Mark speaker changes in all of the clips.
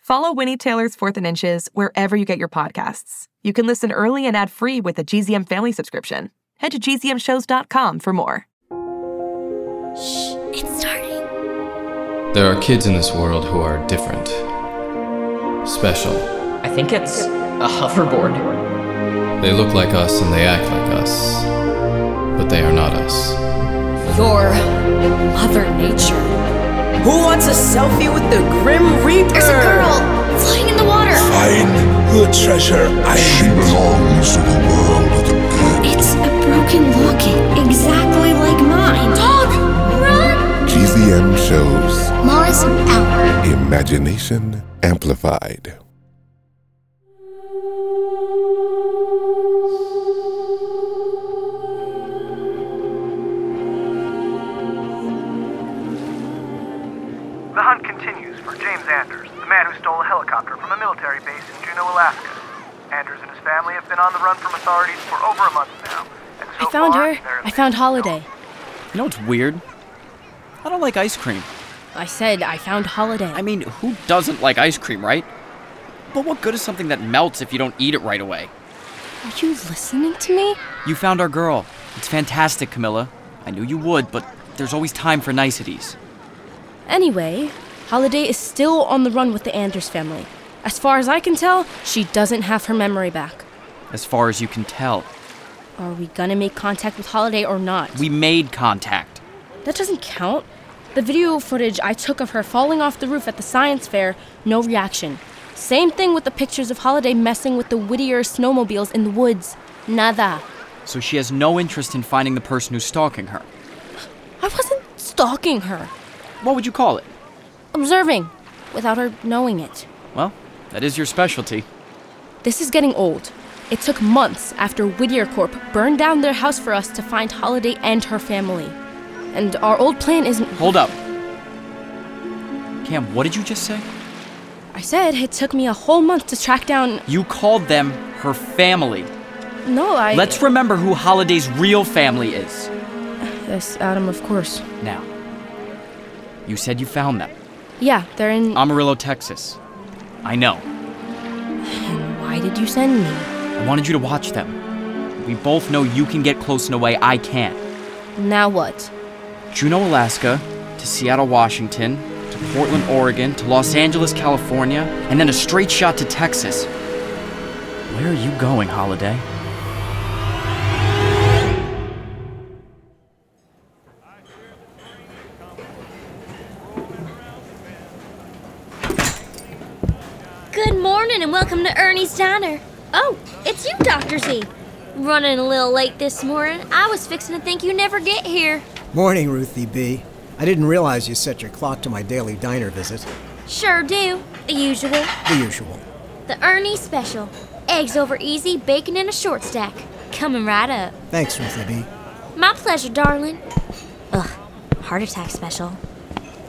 Speaker 1: Follow Winnie Taylor's Fourth and Inches wherever you get your podcasts. You can listen early and ad free with a GZM family subscription. Head to gzmshows.com for more.
Speaker 2: Shh, it's starting.
Speaker 3: There are kids in this world who are different, special.
Speaker 4: I think it's a hoverboard.
Speaker 3: They look like us and they act like us, but they are not us.
Speaker 2: Your Mother Nature.
Speaker 5: Who wants a selfie with the Grim Reaper?
Speaker 2: There's a girl flying in the water.
Speaker 6: Find the treasure
Speaker 7: She belongs to the world of the dead.
Speaker 2: It's a broken locket, exactly like mine.
Speaker 8: Dog, run!
Speaker 7: GZM shows
Speaker 2: Mars Hour.
Speaker 7: Imagination Amplified.
Speaker 9: The hunt continues for James Anders, the man who stole a helicopter from a military base in Juneau, Alaska. Anders and his family have been on the run from authorities for over a month now. And so
Speaker 8: I found
Speaker 9: far,
Speaker 8: her.
Speaker 9: they're in
Speaker 8: I
Speaker 9: the
Speaker 8: found
Speaker 9: Yukon.
Speaker 8: Holiday.
Speaker 4: You know what's weird? I don't like ice cream.
Speaker 8: I said I found Holiday.
Speaker 4: I mean, who doesn't like ice cream, right? But what good is something that melts if you don't eat it right away?
Speaker 8: are you listening to me?
Speaker 4: You found our girl. It's fantastic, Camilla. I knew you would, but there's always time for niceties.
Speaker 8: Anyway, Holiday is still on the run with the Anders family. As far as I can tell, she doesn't have her memory back.
Speaker 4: As far as you can tell,
Speaker 8: Are we gonna make contact with Holiday or not?
Speaker 4: we made contact.
Speaker 8: that doesn't count. The video footage I took of her falling off the roof at the science fair, no reaction. Same thing with the pictures of Holiday messing with the Whittier snowmobiles in the woods. Nada.
Speaker 4: So she has no interest in finding the person who's stalking her.
Speaker 8: I wasn't stalking her.
Speaker 4: What would you call it?
Speaker 8: Observing, without her knowing it.
Speaker 4: Well, that is your specialty.
Speaker 8: This is getting old. It took months after Whittier Corp burned down their house for us to find Holiday and her family. And our old plan isn't.
Speaker 4: Hold up. Cam, what did you just say?
Speaker 8: I said it took me a whole month to track down.
Speaker 4: You called them her family.
Speaker 8: No, I.
Speaker 4: Let's remember who Holiday's real family is.
Speaker 8: Yes, Adam, of course.
Speaker 4: Now, you said you found them.
Speaker 8: Yeah, they're in.
Speaker 4: Amarillo, Texas. I know.
Speaker 8: Why did you send me?
Speaker 4: I wanted you to watch them. We both know you can get close in a way I can't.
Speaker 8: Now what?
Speaker 4: Juneau, Alaska, to Seattle, Washington, to Portland, Oregon, to Los Angeles, California, and then a straight shot to Texas. Where are you going, Holiday?
Speaker 2: Good morning and welcome to Ernie's Diner. Oh, it's you, Dr. Z. Running a little late this morning. I was fixing to think you never get here.
Speaker 10: Morning, Ruthie B. I didn't realize you set your clock to my daily diner visit.
Speaker 2: Sure do. The usual.
Speaker 10: The usual.
Speaker 2: The Ernie special. Eggs over easy, bacon in a short stack. Coming right up.
Speaker 10: Thanks, Ruthie B.
Speaker 2: My pleasure, darling. Ugh, heart attack special.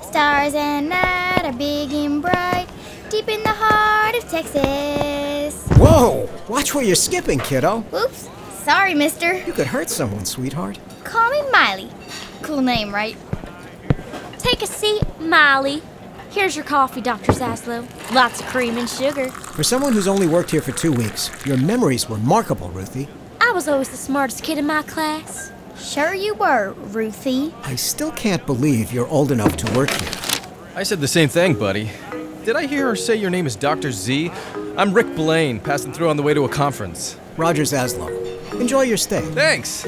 Speaker 11: Stars and night are big and bright.
Speaker 12: deep in the heart of Texas.
Speaker 10: Whoa! Watch where you're skipping, kiddo.
Speaker 12: Oops, sorry, mister.
Speaker 10: You could hurt someone, sweetheart.
Speaker 12: Call me Miley. Cool name, right?
Speaker 2: Take a seat, Miley. Here's your coffee, Dr. Zaslow. Lots of cream and sugar.
Speaker 10: For someone who's only worked here for two weeks, your memory's remarkable, Ruthie.
Speaker 2: I was always the smartest kid in my class.
Speaker 12: Sure you were, Ruthie.
Speaker 10: I still can't believe you're old enough to work here.
Speaker 13: I said the same thing, buddy. Did I hear her say your name is Dr. Z? I'm Rick Blaine, passing through on the way to a conference.
Speaker 10: Roger Zaslow. Enjoy your stay.
Speaker 13: Thanks.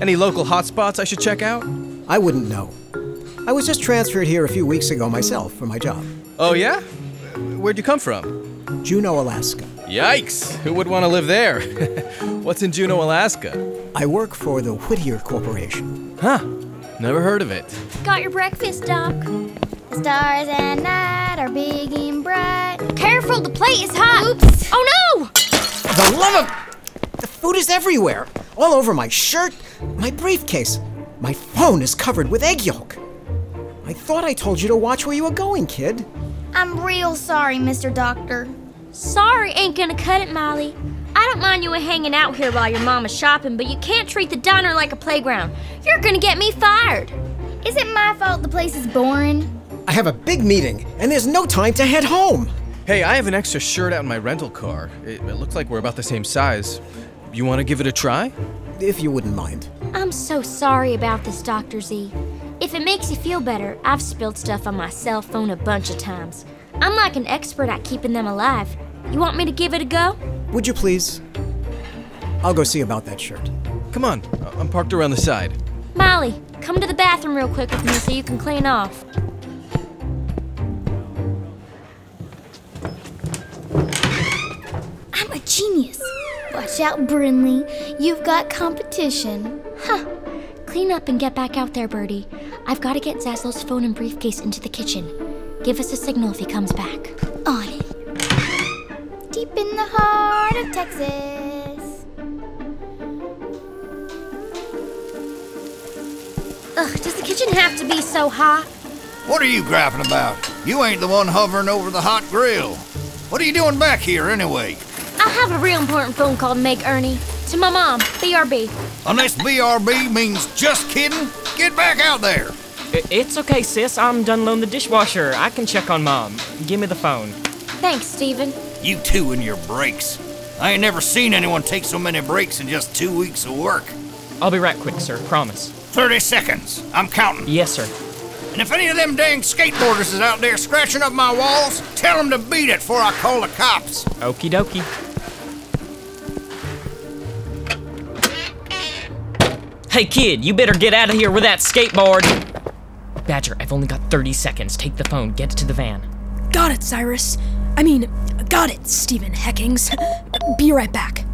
Speaker 13: Any local hotspots I should check out?
Speaker 10: I wouldn't know. I was just transferred here a few weeks ago myself for my job.
Speaker 13: Oh, yeah? Where'd you come from?
Speaker 10: Juneau, Alaska.
Speaker 13: Yikes! Who would want to live there? What's in Juneau, Alaska?
Speaker 10: I work for the Whittier Corporation.
Speaker 13: Huh. Never heard of it.
Speaker 2: Got your breakfast, Doc.
Speaker 12: The stars at night are big and bright.
Speaker 2: Careful, the plate is hot. Oops. Oh no!
Speaker 10: The love of. The food is everywhere. All over my shirt, my briefcase. My phone is covered with egg yolk. I thought I told you to watch where you were going, kid.
Speaker 12: I'm real sorry, Mr. Doctor.
Speaker 2: Sorry ain't gonna cut it, Molly. I don't mind you hanging out here while your mama's shopping, but you can't treat the diner like a playground. You're gonna get me fired.
Speaker 12: Is it my fault the place is boring?
Speaker 10: I have a big meeting, and there's no time to head home.
Speaker 13: Hey, I have an extra shirt out in my rental car. It, it looks like we're about the same size. You want to give it a try?
Speaker 10: If you wouldn't mind.
Speaker 2: I'm so sorry about this, Dr. Z. If it makes you feel better, I've spilled stuff on my cell phone a bunch of times. I'm like an expert at keeping them alive. You want me to give it a go?
Speaker 10: Would you please? I'll go see about that shirt.
Speaker 13: Come on, I'm parked around the side.
Speaker 2: Molly, come to the bathroom real quick with me so you can clean off.
Speaker 12: I'm a genius. Watch out, Brinley. You've got competition.
Speaker 2: Huh. Clean up and get back out there, Birdie. I've got to get Zaslow's phone and briefcase into the kitchen. Give us a signal if he comes back.
Speaker 12: On it. Deep in the heart of Texas.
Speaker 2: Ugh, does the kitchen have to be so hot?
Speaker 14: What are you griping about? You ain't the one hovering over the hot grill. What are you doing back here anyway?
Speaker 2: I have a real important phone call to make, Ernie. To my mom, BRB.
Speaker 14: Unless BRB means just kidding, get back out there.
Speaker 4: It's okay, sis. I'm done loading the dishwasher. I can check on mom. Give me the phone.
Speaker 2: Thanks, Steven.
Speaker 14: You two and your breaks. I ain't never seen anyone take so many breaks in just two weeks of work.
Speaker 4: I'll be right quick, sir. Promise.
Speaker 14: 30 seconds. I'm counting.
Speaker 4: Yes, sir.
Speaker 14: And if any of them dang skateboarders is out there scratching up my walls, tell them to beat it before I call the cops.
Speaker 4: Okie dokie. Hey, kid, you better get out of here with that skateboard. Badger, I've only got 30 seconds. Take the phone, get to the van.
Speaker 9: Got it, Cyrus. I mean, got it, Stephen Heckings. Be right back.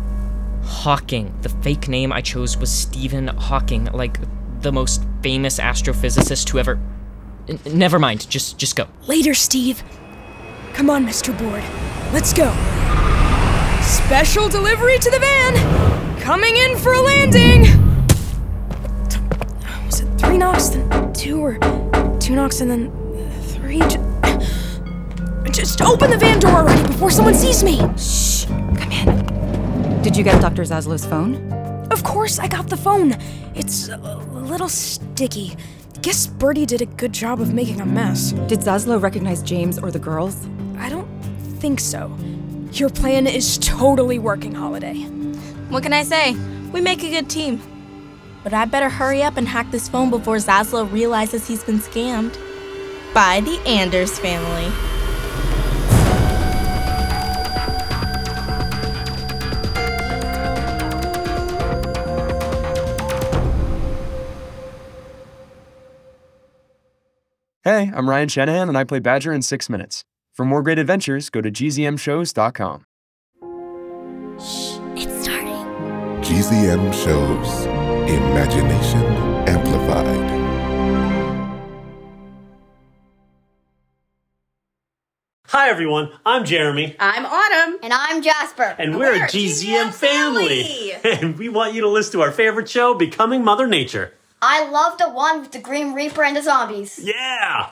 Speaker 4: Hawking. The fake name I chose was Stephen Hawking, like the most famous astrophysicist who ever. N- never mind, just, just go.
Speaker 9: Later, Steve. Come on, Mr. Board. Let's go. Special delivery to the van! Coming in for a landing! three knocks, then two, or two knocks, and then three. Just open the van door already before someone sees me. Shh, come in.
Speaker 1: Did you get Dr. Zaslow's phone?
Speaker 9: Of course, I got the phone. It's a little sticky. Guess Birdie did a good job of making a mess.
Speaker 1: Did Zaslow recognize James or the girls?
Speaker 9: I don't think so. Your plan is totally working, Holiday.
Speaker 15: What can I say? We make a good team but I better hurry up and hack this phone before Zaslow realizes he's been scammed. By the Anders family.
Speaker 16: Hey, I'm Ryan Shanahan, and I play Badger in six minutes. For more great adventures, go to gzmshows.com.
Speaker 12: Shh, it's starting.
Speaker 17: GZM Shows. Imagination Amplified.
Speaker 7: Hi, everyone. I'm Jeremy.
Speaker 18: I'm Autumn.
Speaker 12: And I'm Jasper.
Speaker 7: And we're, we're a GZM, GZM family. family. And we want you to listen to our favorite show, Becoming Mother Nature.
Speaker 12: I love the one with the Grim Reaper and the zombies.
Speaker 7: Yeah.